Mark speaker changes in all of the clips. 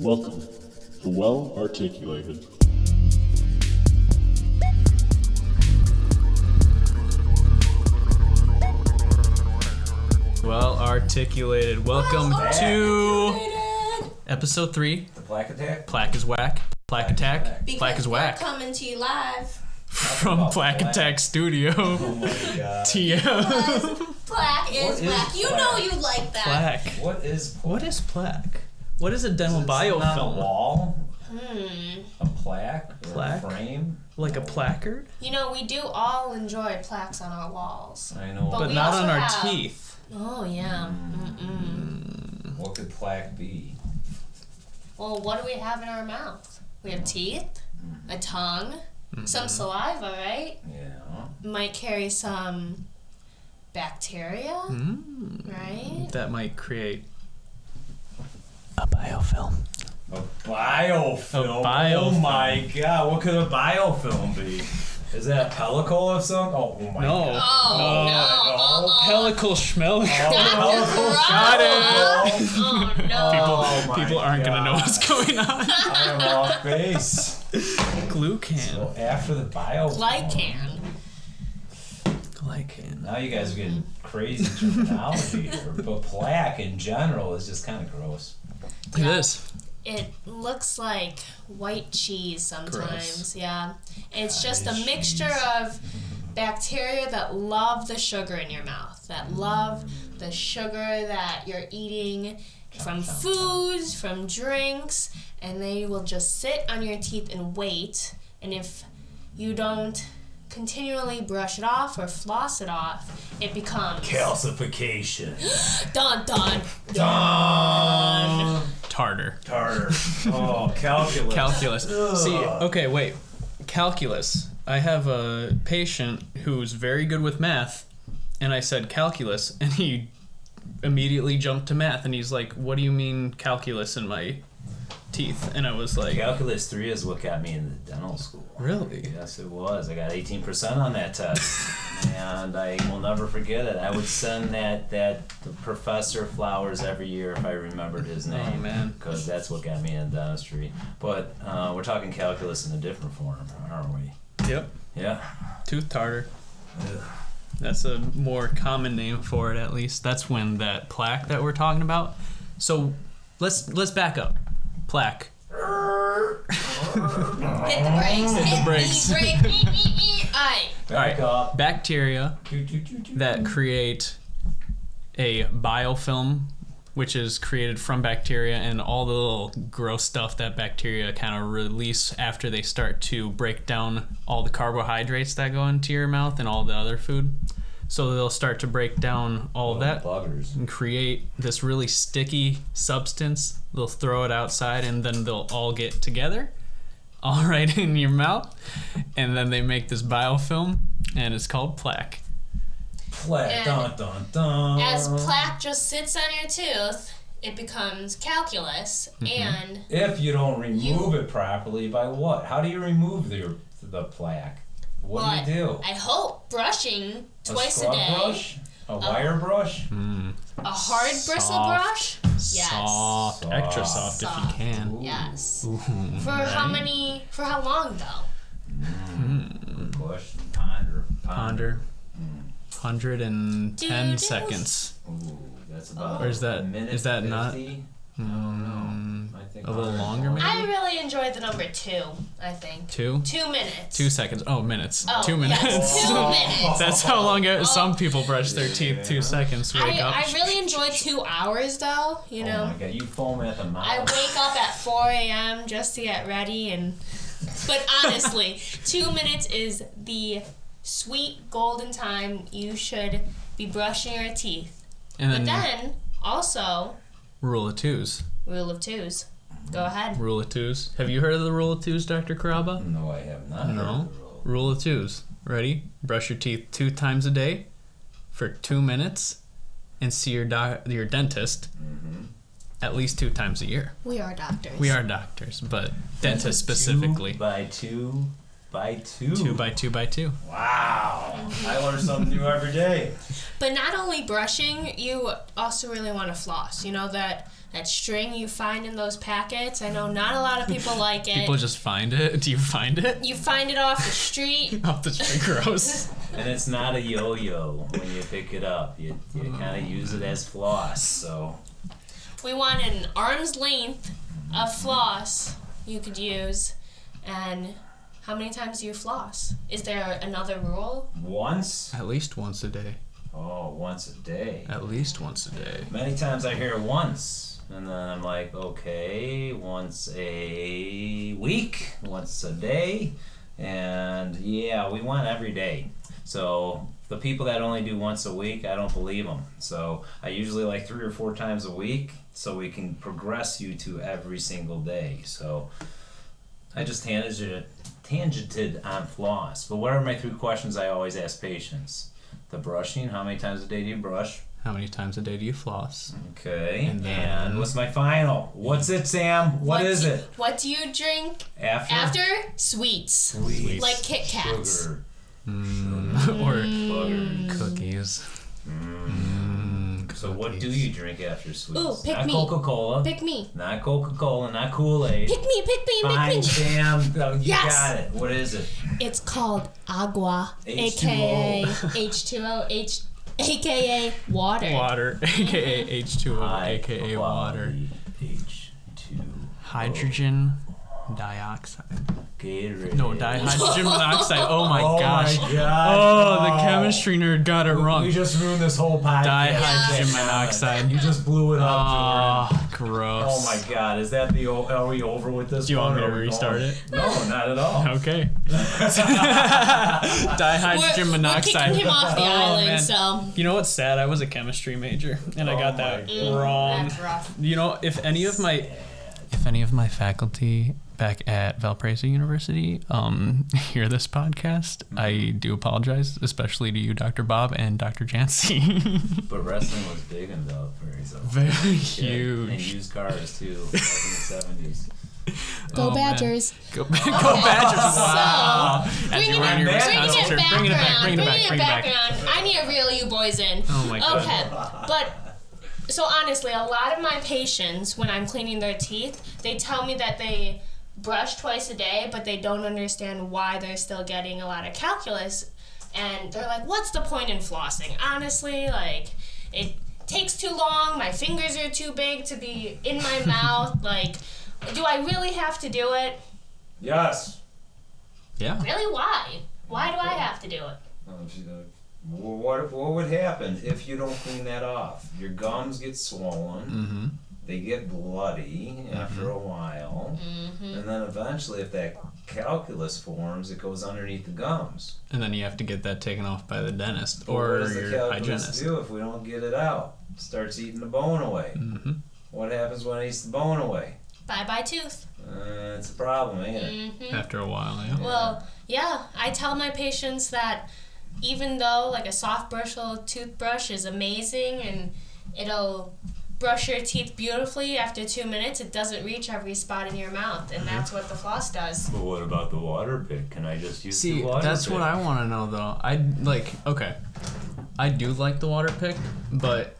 Speaker 1: Welcome to Well Articulated.
Speaker 2: Well articulated. Welcome to episode three.
Speaker 3: Black Attack?
Speaker 2: Plaque is whack. Plaque attack.
Speaker 4: Because
Speaker 2: Plaque is
Speaker 4: we're
Speaker 2: whack
Speaker 4: Coming to you live.
Speaker 2: from Plaque
Speaker 3: Plaque.
Speaker 2: Attack Studio.
Speaker 3: Oh
Speaker 2: TM.
Speaker 4: Plaque is
Speaker 3: What is
Speaker 4: whack. You
Speaker 3: plaque?
Speaker 4: know you like that.
Speaker 2: Plaque.
Speaker 3: What is
Speaker 2: What is plaque? What is a dental
Speaker 3: It's not a
Speaker 2: biofilm?
Speaker 3: wall?
Speaker 4: Hmm.
Speaker 3: A plaque? or
Speaker 2: Plaque?
Speaker 3: A frame?
Speaker 2: Like a placard,
Speaker 4: You know we do all enjoy plaques on our walls.
Speaker 3: I know.
Speaker 4: But
Speaker 2: but
Speaker 4: we
Speaker 2: not
Speaker 4: also
Speaker 2: on our
Speaker 4: have-
Speaker 2: teeth.
Speaker 4: Oh yeah. Mm-mm.
Speaker 3: what could plaque be?
Speaker 4: Well, what do we have in our mouth? We have teeth, a tongue, some saliva, right?
Speaker 3: Yeah.
Speaker 4: Might carry some bacteria,
Speaker 2: Mm,
Speaker 4: right?
Speaker 2: that might create a biofilm.
Speaker 3: A biofilm.
Speaker 2: A biofilm.
Speaker 3: Oh my god, what could a biofilm be? Is that a pellicle of some? Oh, my
Speaker 2: No.
Speaker 3: god.
Speaker 4: Oh no! Uh-oh.
Speaker 2: Pellicle schmell.
Speaker 3: Oh
Speaker 4: Got Oh no!
Speaker 3: Oh my
Speaker 2: People aren't gonna know
Speaker 3: God.
Speaker 2: what's going on.
Speaker 3: I am off base.
Speaker 2: Glucan.
Speaker 3: So after the biofilm.
Speaker 4: Glycan.
Speaker 2: Glycan.
Speaker 3: Now you guys are getting crazy terminology here, but plaque in general is just kind of gross.
Speaker 2: Look at this.
Speaker 4: It looks like white cheese sometimes.
Speaker 2: Gross.
Speaker 4: Yeah. It's just
Speaker 3: Cottage
Speaker 4: a mixture of bacteria that love the sugar in your mouth, that love the sugar that you're eating from
Speaker 3: chomp, chomp.
Speaker 4: foods, from drinks, and they will just sit on your teeth and wait. And if you don't continually brush it off or floss it off, it becomes
Speaker 3: Calcification.
Speaker 4: dun dun.
Speaker 3: Dun.
Speaker 2: Tartar.
Speaker 3: Tartar. Oh, calculus.
Speaker 2: Calculus.
Speaker 3: Ugh.
Speaker 2: See, okay, wait. Calculus. I have a patient who's very good with math, and I said calculus, and he immediately jumped to math, and he's like, What do you mean calculus in my teeth? And I was like,
Speaker 3: calculus 3 is what got me into dental school.
Speaker 2: Really?
Speaker 3: Yes, it was. I got 18% on that test. and I will never forget it. I would send that that to Professor Flowers every year if I remembered his name.
Speaker 2: man.
Speaker 3: Because that's what got me into dentistry. But uh, we're talking calculus in a different form, aren't we?
Speaker 2: Yep.
Speaker 3: Yeah.
Speaker 2: Tooth tartar. That's a more common name for it, at least. That's when that plaque that we're talking about. So let's let's back up. Plaque.
Speaker 4: Hit the brakes. Hit the
Speaker 2: brakes.
Speaker 4: brake. Eep, eep, eep. Aye.
Speaker 3: Back up.
Speaker 2: Bacteria
Speaker 3: Do, do, do, do.
Speaker 2: that create a biofilm, which is created from bacteria and all the little gross stuff that bacteria kind of release after they start to break down all the carbohydrates that go into your mouth and all the other food. So they'll start to break down all of that
Speaker 3: Buggers.
Speaker 2: and create this really sticky substance. They'll throw it outside and then they'll all get together, all right in your mouth, and then they make this biofilm and it's called plaque.
Speaker 3: Plaque. Dun,
Speaker 4: And
Speaker 3: dun, dun.
Speaker 4: As plaque just sits on your tooth, it becomes calculus, and
Speaker 3: If you don't remove it properly, by what? How do you remove the the plaque? What do you do?
Speaker 4: I hope brushing Uh, twice a,
Speaker 3: scrub
Speaker 4: day, Uh-huh.
Speaker 3: brush? A wire brush?
Speaker 2: Hmm.
Speaker 4: a hard bristle brush.
Speaker 2: Soft.
Speaker 4: Yes.
Speaker 2: Soft, extra soft, if you
Speaker 4: Soft.
Speaker 2: can.
Speaker 4: Yes. For how many? For how long though?
Speaker 3: Push. Ponder.
Speaker 2: Ponder. 110
Speaker 4: Doodles.
Speaker 2: seconds.
Speaker 3: Ooh, that's about.
Speaker 4: Oh.
Speaker 2: Or is that-
Speaker 3: a minute
Speaker 2: is that not- Hmm,
Speaker 3: 50? I don't know. I think Oh
Speaker 2: a little
Speaker 3: that's
Speaker 2: longer,
Speaker 3: long.
Speaker 2: maybe?
Speaker 4: I really enjoyed the number two. I think
Speaker 2: Two?
Speaker 4: two minutes.
Speaker 2: Two seconds. Oh, minutes.
Speaker 4: Oh,
Speaker 2: Two
Speaker 4: yes,
Speaker 2: minutes.
Speaker 4: two minutes.
Speaker 2: That's how long it,
Speaker 4: Oh.
Speaker 2: some people brush their teeth. Two
Speaker 3: Yeah.
Speaker 2: seconds. Wake up.
Speaker 4: I, I really enjoyed two hours though. You know.
Speaker 3: Oh my god, you foam at the mouth.
Speaker 4: I wake up at 4 a.m. just to get ready and. But honestly, two minutes is the sweet golden time you should be brushing your teeth.
Speaker 2: and
Speaker 4: But
Speaker 2: then,
Speaker 4: then, also,
Speaker 2: rule of twos.
Speaker 4: rule of twos. Go ahead.
Speaker 2: Rule of twos. Have you heard of the rule of twos, Dr. Caraba?
Speaker 3: No, I have not. heard
Speaker 2: No.
Speaker 3: the rule.
Speaker 2: Rule of twos. Ready? Brush your teeth two times a day for two minutes and see your, doc- your dentist at least two times a year.
Speaker 4: We are doctors.
Speaker 2: We are doctors, but dentists
Speaker 3: Two
Speaker 2: specifically.
Speaker 3: by two. By two.
Speaker 2: Two by two by two.
Speaker 3: Wow.
Speaker 4: Mm-hmm.
Speaker 3: I learn something new every day.
Speaker 4: But not only brushing, you also really want to floss. You know that that string you find in those packets. I know not a lot of people like it.
Speaker 2: People just find it. Do you find it?
Speaker 4: you find it off the street.
Speaker 2: Off the street, gross.
Speaker 3: And it's not a yo-yo when you pick it up. You, you kind of use it as floss. So
Speaker 4: We want an arm's length of floss you could use. And how many times do you floss? Is there another rule?
Speaker 3: once,
Speaker 2: At least once a day.
Speaker 3: oh, once a day.
Speaker 2: At least once a day.
Speaker 3: Many times I hear once, and then I'm like, okay, once a week, once a day, and yeah, we want every day. So the people that only do once a week, I don't believe them. So I usually like three or four times a week, so we can progress you to every single day. So I just tangent, tangented on floss. But what are my three questions I always ask patients? The brushing, how many times a day do you brush?
Speaker 2: How many times a day do you floss?
Speaker 3: Okay.
Speaker 2: And
Speaker 3: And,
Speaker 2: then-
Speaker 3: what's my final? What's it, Sam? what is
Speaker 4: do you-
Speaker 3: it?
Speaker 4: What do you drink
Speaker 3: After.
Speaker 4: after sweets?
Speaker 3: Sweet.
Speaker 4: Like Kit Kats.
Speaker 3: Sugar. Mm. Mm-hmm.
Speaker 2: or
Speaker 3: Butter.
Speaker 2: cookies. Mm,
Speaker 3: So what do
Speaker 2: cookies.
Speaker 3: you drink after sweets?
Speaker 4: Ooh, pick
Speaker 3: not
Speaker 4: me.
Speaker 3: Coca Cola.
Speaker 4: Pick me.
Speaker 3: Not Coca Cola. Not Kool Aid.
Speaker 4: Pick me, pick me,
Speaker 3: Fine,
Speaker 4: pick me.
Speaker 3: Sam. Oh, you
Speaker 4: Yes.
Speaker 3: got it. What is it?
Speaker 4: It's called agua, aka H2O,
Speaker 3: H2O.
Speaker 4: H, aka water.
Speaker 2: Water, aka H2O,
Speaker 3: High
Speaker 2: aka water.
Speaker 3: quality H two.
Speaker 2: Hydrogen dioxide.
Speaker 3: Gatorade.
Speaker 2: No, dihydrogen monoxide. Oh my
Speaker 3: Oh
Speaker 2: gosh.
Speaker 3: my god.
Speaker 2: Oh, the chemistry nerd got it wrong.
Speaker 3: We just ruined this whole podcast.
Speaker 2: Dihydrogen monoxide.
Speaker 3: You just blew it up, Jordan.
Speaker 2: Oh, gross.
Speaker 3: Oh my god, is that the o- are we over with this?
Speaker 2: Do you want
Speaker 3: one,
Speaker 2: me
Speaker 3: or
Speaker 2: to
Speaker 3: are we
Speaker 2: restart
Speaker 3: going-
Speaker 2: it?
Speaker 3: No, not at all.
Speaker 2: Okay.
Speaker 4: We're,
Speaker 2: Dihydrogen
Speaker 4: we're
Speaker 2: monoxide.
Speaker 4: kicking him off the
Speaker 2: Oh,
Speaker 4: island,
Speaker 2: man.
Speaker 4: so
Speaker 2: You know what's sad? I was a chemistry major and I got
Speaker 3: Oh
Speaker 2: that
Speaker 3: my
Speaker 4: Mm,
Speaker 2: wrong.
Speaker 4: that's rough.
Speaker 2: You know, if any of my if any of my faculty back at Valparaiso University um, hear this podcast,
Speaker 3: Mm-hmm.
Speaker 2: I do apologize, especially to you, Dr. Bob and Dr. Jancy.
Speaker 3: But wrestling was big in Valparaiso.
Speaker 2: Very
Speaker 3: Yeah, And
Speaker 2: huge.
Speaker 3: used cars too, back in the seventies.
Speaker 4: Go
Speaker 2: Oh, man.
Speaker 4: Badgers.
Speaker 2: Go, back- go Badgers! Wow. As
Speaker 4: Bringing
Speaker 2: you
Speaker 4: it,
Speaker 2: were on
Speaker 4: bringing
Speaker 2: your
Speaker 4: it
Speaker 3: back-
Speaker 2: Wisconsin
Speaker 4: back
Speaker 2: trip,
Speaker 4: around,
Speaker 2: bringing it back, bringing it back, bringing it back.
Speaker 4: around. I need to reel you boys in.
Speaker 2: Oh my God.
Speaker 4: Okay, but so honestly, a lot of my patients, when I'm cleaning their teeth, they tell me that they brush twice a day, but they don't understand why they're still getting a lot of calculus, and they're like, "What's the point in flossing?" Honestly, like it takes too long. My fingers are too big to be in my mouth. Like, do I really have to do it?
Speaker 3: Yes.
Speaker 2: Yeah.
Speaker 4: Really, why? Why do I have to do it?
Speaker 3: Um, What what would happen if you don't clean that off? Your gums get swollen.
Speaker 2: Mm-hmm.
Speaker 3: they get bloody after a while, and then eventually, if that calculus forms, it goes underneath the gums.
Speaker 2: And then you have to get that taken off by the dentist
Speaker 3: what
Speaker 2: or
Speaker 3: does the
Speaker 2: your
Speaker 3: calculus
Speaker 2: hygienist.
Speaker 3: do if we don't get it out? Starts eating the bone away.
Speaker 2: Mm-hmm.
Speaker 3: What happens when it eats the bone away?
Speaker 4: Bye bye tooth.
Speaker 3: Uh, it's a problem, ain't it?
Speaker 4: hmm
Speaker 2: After a while, yeah.
Speaker 4: Well, yeah, I tell my patients that even though like a soft bristle toothbrush is amazing and it'll brush your teeth beautifully after two minutes, it doesn't reach every spot in your mouth, and that's what the floss does.
Speaker 3: But what about the water pick? Can I just use
Speaker 2: See, that's what I want to know though. I like okay. I do like the water pick, but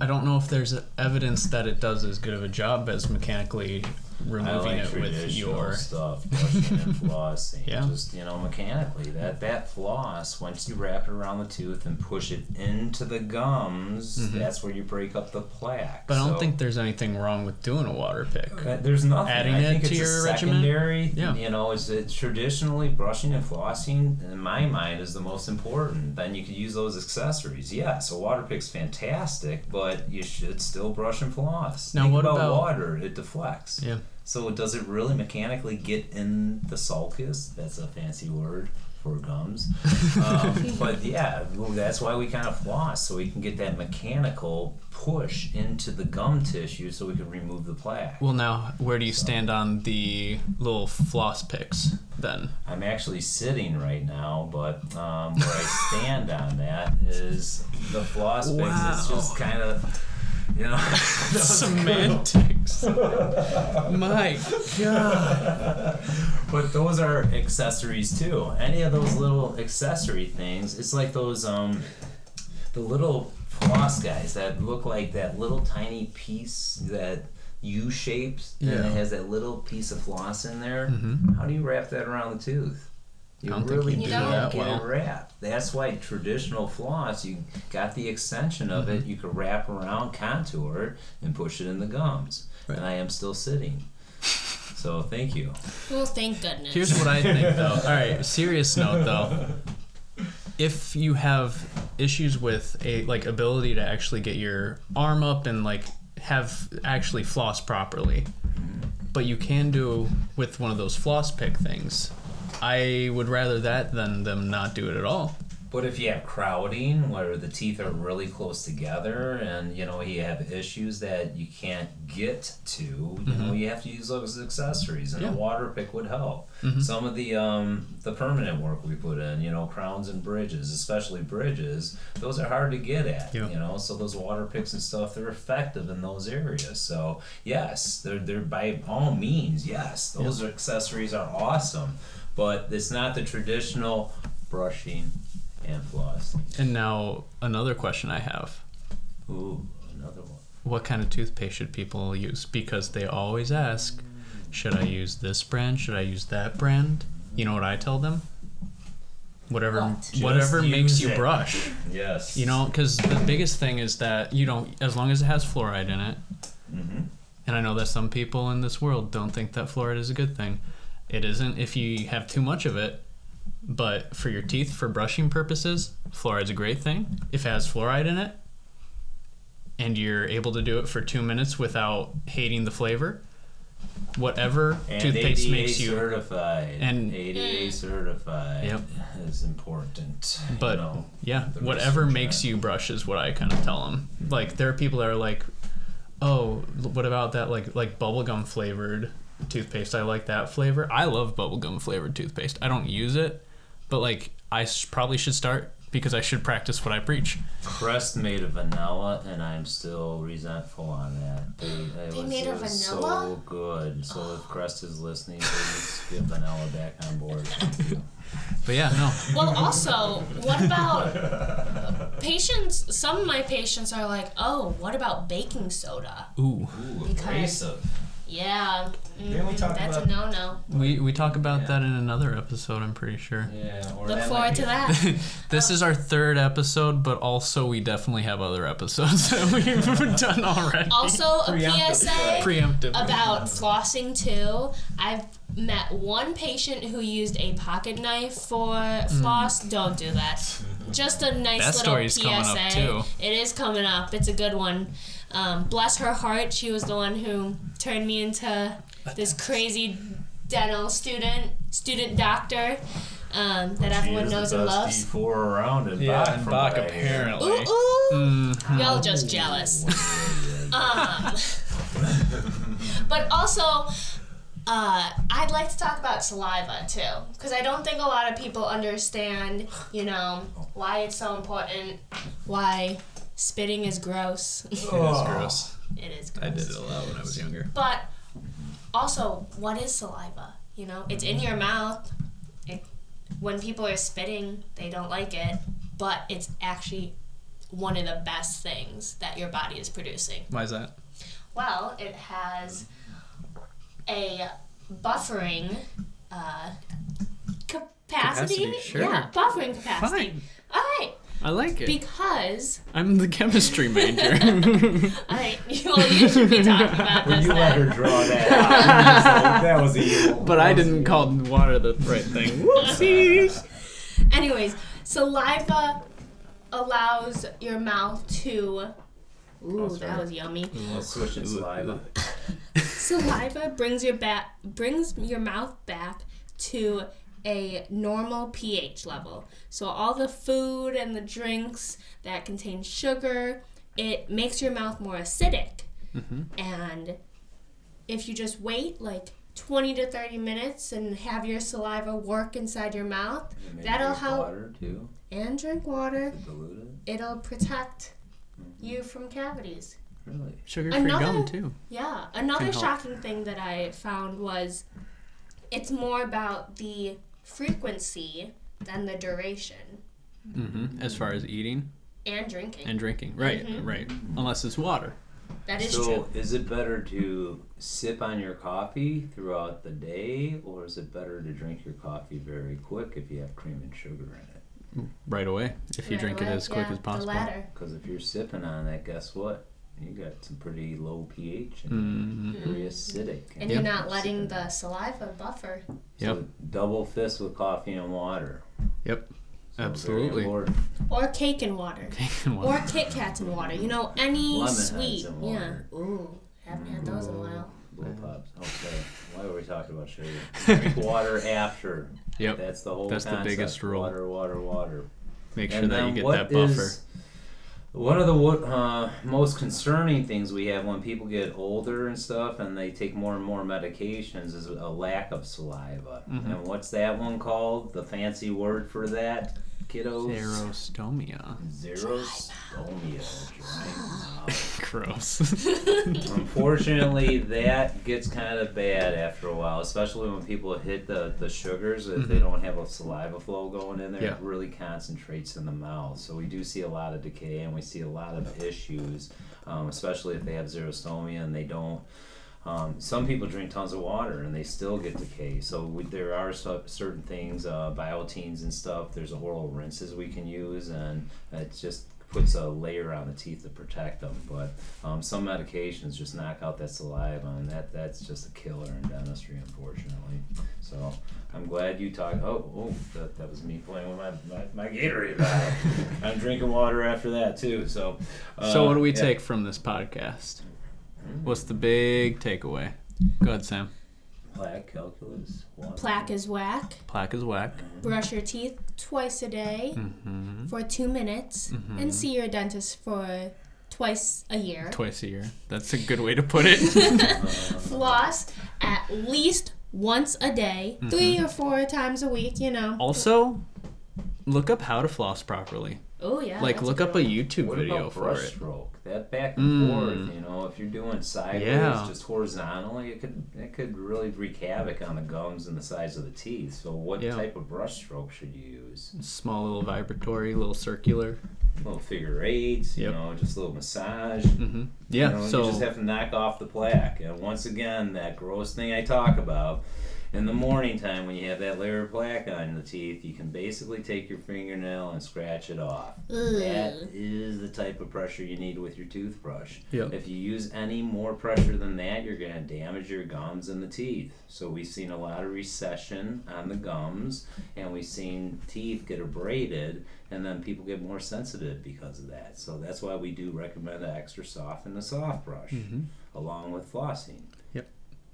Speaker 2: I don't know if there's evidence that it does as good of a job as mechanically removing it with
Speaker 3: traditional
Speaker 2: your.
Speaker 3: stuff, brushing and flossing.
Speaker 2: Yeah.
Speaker 3: Just you know, mechanically. That that floss, once you wrap it around the tooth and push it into the gums, that's where you break up the plaque.
Speaker 2: Mm-hmm. But I don't
Speaker 3: So,
Speaker 2: think there's anything wrong with doing a water pick.
Speaker 3: that- Uh, there's nothing.
Speaker 2: adding
Speaker 3: I
Speaker 2: it
Speaker 3: think
Speaker 2: to
Speaker 3: it's
Speaker 2: your
Speaker 3: a
Speaker 2: regimen?
Speaker 3: secondary.
Speaker 2: Yeah.
Speaker 3: You know, is it traditionally brushing and flossing in my mind is the most important. Then you could use those accessories. Yeah, so water pick's fantastic, but you should still brush and floss.
Speaker 2: Now,
Speaker 3: think
Speaker 2: what about-
Speaker 3: water? It deflects.
Speaker 2: Yeah.
Speaker 3: So does it really mechanically get in the sulcus? That's a fancy word for gums. Um, but yeah, well, that's why we kind of floss so we can get that mechanical push into the gum tissue so we can remove the plaque.
Speaker 2: Well, now where do you stand on the little floss picks then?
Speaker 3: I'm actually sitting right now, but um, where I stand on that is the floss picks. It's just kind of, you know,
Speaker 2: Semantics. My God.
Speaker 3: But those are accessories too. Any of those little accessory things, it's like those um, the little floss guys that look like that little tiny piece that U shaped and
Speaker 5: Yeah.
Speaker 3: it has that little piece of floss in there.
Speaker 2: Mhm.
Speaker 3: How do you wrap that around the tooth? You
Speaker 2: I don't think
Speaker 3: really
Speaker 4: you
Speaker 3: do
Speaker 4: can do
Speaker 3: not
Speaker 4: that
Speaker 3: get
Speaker 2: well.
Speaker 3: it wrapped. That's why traditional floss, you got the extension of it, you could wrap around, contour it, and push it in the gums. And I am still sitting. So thank you.
Speaker 4: Well, thank goodness.
Speaker 2: Here's what I think, though. All right, serious note, though. If you have issues with a like ability to actually get your arm up and like have actually floss properly, but you can do with one of those floss pick things. I would rather that than them not do it at all.
Speaker 3: But if you have crowding where the teeth are really close together and you know you have issues that you can't get to, you know you have to use those accessories and
Speaker 2: Mm-hmm. Yeah. Mm-hmm.
Speaker 3: a water pick would help. Some of the um, the permanent work we put in, you know, crowns and bridges, especially bridges, those are hard to get at.
Speaker 2: Yeah.
Speaker 3: You know, so those water picks and stuff they're effective in those areas. So yes, they're they're by all means, yes. Those accessories are awesome. But it's not the traditional brushing and floss.
Speaker 2: And now another question I have:
Speaker 3: Ooh, another one.
Speaker 2: What kind of toothpaste should people use? Because they always ask, should I use this brand? Should I use that brand? You know what I tell them? Whatever,
Speaker 4: What?
Speaker 2: whatever
Speaker 3: Just
Speaker 2: makes
Speaker 3: use
Speaker 2: you
Speaker 3: it.
Speaker 2: brush.
Speaker 3: Yes.
Speaker 2: You know, because the biggest thing is that you don't, as long as it has fluoride in it.
Speaker 3: Mm-hmm.
Speaker 2: And I know that some people in this world don't think that fluoride is a good thing. It isn't if you have too much of it. But for your teeth, for brushing purposes, fluoride's a great thing. If it has fluoride in it, and you're able to do it for two minutes without hating the flavor, whatever
Speaker 3: And
Speaker 2: toothpaste
Speaker 3: ADA
Speaker 2: makes you.
Speaker 3: certified.
Speaker 2: and-
Speaker 3: ADA certified
Speaker 2: Yep.
Speaker 3: is important. you
Speaker 2: But
Speaker 3: know.
Speaker 2: yeah,
Speaker 3: the
Speaker 2: whatever
Speaker 3: research
Speaker 2: makes
Speaker 3: on it.
Speaker 2: you brush is what I kind of tell them. Like there are people that are like, "Oh, l- what about that like like bubblegum flavored toothpaste? I like that flavor. I love bubblegum flavored toothpaste. I don't use it, but like I s- probably should start because I should practice what I preach.
Speaker 3: Crest made of vanilla, and I'm still resentful on that. They, it
Speaker 4: They
Speaker 3: was,
Speaker 4: made
Speaker 3: it
Speaker 4: of
Speaker 3: was
Speaker 4: vanilla? Oh.
Speaker 3: So good. So if Crest is listening, please get vanilla back on board. Thank you.
Speaker 2: But yeah, no.
Speaker 4: Well, also, what about patients? Some of my patients are like, oh, what about baking soda?
Speaker 2: Ooh,
Speaker 3: Ooh,
Speaker 4: Because-
Speaker 3: abrasive.
Speaker 4: Yeah, mm,
Speaker 5: Didn't we talk
Speaker 4: that's
Speaker 5: about-
Speaker 4: a no no.
Speaker 2: we we talk about
Speaker 3: Yeah.
Speaker 2: that in another episode. I'm pretty sure.
Speaker 3: Yeah. Or
Speaker 4: Look
Speaker 3: that might
Speaker 4: forward to
Speaker 3: be-
Speaker 4: that.
Speaker 2: This is our third episode, but also we definitely have other episodes that we've done already.
Speaker 4: Also, a
Speaker 5: Preemptive,
Speaker 4: PSA
Speaker 2: Preemptive.
Speaker 4: about flossing too. I've met one patient who used a pocket knife for floss. Don't do that. Just a nice
Speaker 2: Hmm. That
Speaker 4: little
Speaker 2: story's
Speaker 4: PSA.
Speaker 2: coming up, too.
Speaker 4: It is coming up. It's a good one. Um, bless her heart. She was the one who turned me into this crazy dental student, student doctor um, that
Speaker 3: She
Speaker 4: everyone
Speaker 3: is
Speaker 4: knows
Speaker 3: the
Speaker 4: and
Speaker 3: best
Speaker 4: loves.
Speaker 3: D4 around and
Speaker 2: Yeah,
Speaker 3: Bach
Speaker 2: and
Speaker 3: from
Speaker 2: Bach
Speaker 3: what I hear.
Speaker 2: apparently.
Speaker 4: Ooh ooh.
Speaker 2: Mm.
Speaker 4: Y'all just jealous. um, but also, uh, I'd like to talk about saliva too, because I don't think a lot of people understand, you know, why it's so important, why spitting is gross.
Speaker 2: It is gross.
Speaker 4: it is gross.
Speaker 2: I did it a lot when I was younger.
Speaker 4: But also, what is saliva? You know, it's in your mouth. It, when people are spitting, they don't like it, but it's actually one of the best things that your body is producing.
Speaker 2: Why is that?
Speaker 4: Well, it has a buffering uh, capacity.
Speaker 2: Capacity, sure.
Speaker 4: Yeah, buffering capacity.
Speaker 2: Fine.
Speaker 4: All right,
Speaker 2: I like it.
Speaker 4: because
Speaker 2: I'm the chemistry major.
Speaker 4: all right, well, you should be talking about this.
Speaker 3: You
Speaker 4: then.
Speaker 3: let her draw that out.
Speaker 5: that was evil.
Speaker 2: but I didn't call water the right thing. Whoopsies.
Speaker 4: Anyways, saliva allows your mouth to. Ooh, that was yummy.
Speaker 3: Let's switch it saliva.
Speaker 4: Saliva brings your back brings your mouth back to a normal pH level. So all the food and the drinks that contain sugar, it makes your mouth more acidic. And if you just wait like 20 to 30 minutes and have your saliva work inside your mouth, that'll help
Speaker 3: Water too.
Speaker 4: and drink water.
Speaker 3: Diluted.
Speaker 4: It'll protect you from cavities.
Speaker 3: Really.
Speaker 2: Sugar-free
Speaker 4: Another-
Speaker 2: gum too.
Speaker 4: Yeah. Another
Speaker 2: Can help.
Speaker 4: shocking thing that I found was it's more about the frequency than the duration.
Speaker 2: As Mm-hmm. far as eating,
Speaker 4: and drinking.
Speaker 2: and drinking. Right, right. Unless it's water.
Speaker 4: that is
Speaker 3: so,
Speaker 4: true.
Speaker 3: is it better to sip on your coffee throughout the day, or is it better to drink your coffee very quick if you have cream and sugar in it?
Speaker 2: Right away. If you
Speaker 4: Right
Speaker 2: drink it
Speaker 4: away,
Speaker 2: as quick
Speaker 4: yeah,
Speaker 2: as possible.
Speaker 4: The latter.
Speaker 3: Because if you're sipping on it, guess what? You got some pretty low pH and
Speaker 2: Mm-hmm.
Speaker 3: very acidic.
Speaker 4: And you're not letting the saliva buffer.
Speaker 2: Yep.
Speaker 3: So double fist with coffee and water.
Speaker 2: Yep.
Speaker 3: So very
Speaker 2: Absolutely.
Speaker 3: important.
Speaker 4: Or cake and water. Or Kit Kats and water. You know, any
Speaker 3: Lemon heads
Speaker 4: sweet.
Speaker 3: and
Speaker 4: Yeah.
Speaker 3: water.
Speaker 4: Ooh, haven't had those in a while.
Speaker 3: Little pops. Okay. Why were we talking about sugar? Drink water after.
Speaker 2: Yep.
Speaker 3: That's the whole.
Speaker 2: That's the
Speaker 3: concept.
Speaker 2: biggest rule.
Speaker 3: Water, water, water.
Speaker 2: Make sure
Speaker 3: And
Speaker 2: that you
Speaker 3: then
Speaker 2: get
Speaker 3: what
Speaker 2: that buffer.
Speaker 3: is- one of the wo- uh, most concerning things we have when people get older and stuff and they take more and more medications is a lack of saliva.
Speaker 2: Mm-hmm.
Speaker 3: And what's that one called? The fancy word for that, kiddos?
Speaker 2: Xerostomia.
Speaker 3: Xerostomia. dry mouth.
Speaker 2: Gross.
Speaker 3: Unfortunately, that gets kind of bad after a while, especially when people hit the, the sugars. If they don't have a saliva flow going in there,
Speaker 2: Yeah.
Speaker 3: it really concentrates in the mouth. So we do see a lot of decay and we see a lot of issues, um, especially if they have xerostomia and they don't. Um, some people drink tons of water and they still get decay. So we, there are so, certain things, uh, bioteins and stuff. There's oral rinses we can use, and it just puts a layer on the teeth to protect them. But um, some medications just knock out that saliva, and that that's just a killer in dentistry, unfortunately. So I'm glad you talked. Oh, oh, that, that was me playing with my my, my Gatorade bottle. I'm drinking water after that too. So uh,
Speaker 2: so what do we
Speaker 3: yeah.
Speaker 2: take from this podcast? What's the big takeaway? Go ahead, Sam.
Speaker 3: Plaque, calculus, water.
Speaker 4: Plaque is whack.
Speaker 2: Plaque is whack.
Speaker 4: Brush your teeth twice a day
Speaker 2: Mm-hmm.
Speaker 4: for two minutes and see your dentist for twice a year.
Speaker 2: Twice a year. That's a good way to put it.
Speaker 4: Floss at least once a day,
Speaker 2: Mm-hmm.
Speaker 4: three or four times a week, you know.
Speaker 2: also, look up how to floss properly.
Speaker 4: Oh, yeah.
Speaker 2: Like,
Speaker 4: that's
Speaker 2: look
Speaker 4: good
Speaker 2: up a YouTube
Speaker 3: What
Speaker 2: video
Speaker 3: about
Speaker 2: for
Speaker 3: brush
Speaker 2: it. Hmm.
Speaker 3: stroke? That back and forth, you know, if you're doing sideways,
Speaker 2: Yeah.
Speaker 3: just horizontally, it could it could really wreak havoc on the gums and the sides of the teeth. So, what
Speaker 2: Yeah.
Speaker 3: type of brush stroke should you use?
Speaker 2: Small little vibratory, little circular.
Speaker 3: Little figure eights, you
Speaker 2: Yep. Mm,
Speaker 3: know, just a little massage.
Speaker 2: Yeah.
Speaker 3: Mm-hmm. You, know,
Speaker 2: so
Speaker 3: you just have to knock off the plaque. And once again, that gross thing I talk about. In the morning time, when you have that layer of plaque on the teeth, you can basically take your fingernail and scratch it off. That
Speaker 4: Ugh.
Speaker 3: is the type of pressure you need with your toothbrush.
Speaker 2: Yep.
Speaker 3: If you use any more pressure than that, you're going to damage your gums and the teeth. So we've seen a lot of recession on the gums, and we've seen teeth get abraded, and then people get more sensitive because of that. So that's why we do recommend an extra soft and a soft brush,
Speaker 2: Mm-hmm.
Speaker 3: along with flossing.
Speaker 2: Yep.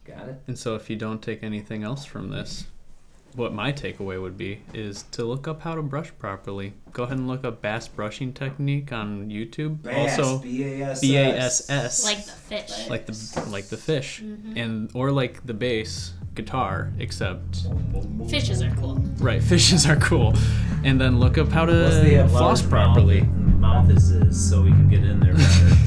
Speaker 3: Got it.
Speaker 2: And so, if you don't take anything else from this, what my takeaway would be is to look up how to brush properly. Go ahead and look up bass brushing technique on YouTube. also,
Speaker 3: BASS.
Speaker 2: B A S S,
Speaker 4: Like the fish.
Speaker 2: like the like the fish, and or like the bass guitar, except
Speaker 4: Fishes are cool.
Speaker 2: right fishes are cool. And then look up how
Speaker 3: Plus they
Speaker 2: to
Speaker 3: have
Speaker 2: floss
Speaker 3: large
Speaker 2: properly.
Speaker 3: Mouth, and mouth is is so we can get in there better.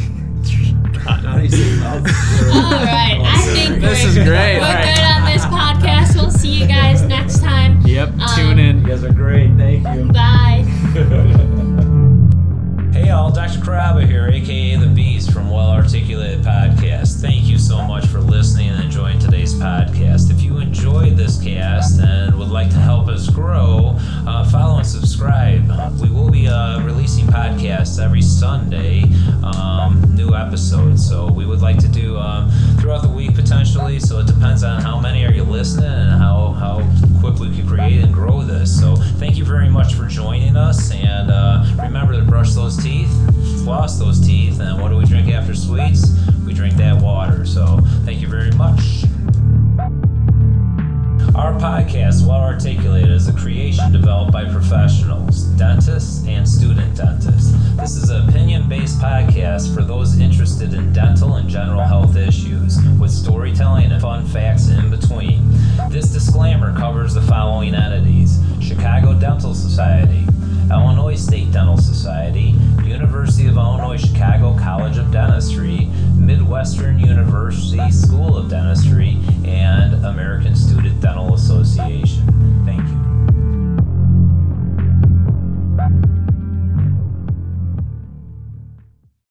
Speaker 3: How do you say mouth?
Speaker 4: All right. I think
Speaker 2: This
Speaker 4: we're,
Speaker 2: is great.
Speaker 4: we're
Speaker 2: All right.
Speaker 4: good on this podcast. We'll see you guys next time.
Speaker 2: Yep.
Speaker 4: Um,
Speaker 2: tune in.
Speaker 3: You guys are great. Thank you.
Speaker 4: Bye.
Speaker 3: Hey, all. Dr. Caraba here, aka The Beast from Well Articulated Podcast. Thank you so much for listening and enjoying today's podcast. If you enjoyed this cast and would like to help us grow, uh, follow and subscribe. We will be uh, releasing podcasts every Sunday, um, new episodes. So we would like to do um, throughout the week potentially. So it depends on how many are you listening and how, how quick we can create and grow this. So thank you very much for joining us. And uh, remember to brush those teeth, floss those teeth. And what do we drink after sweets? We drink that water. So thank you very much. Our podcast, Well Articulated, is a creation developed by professionals, dentists, and student dentists. This is an opinion based podcast for those interested in dental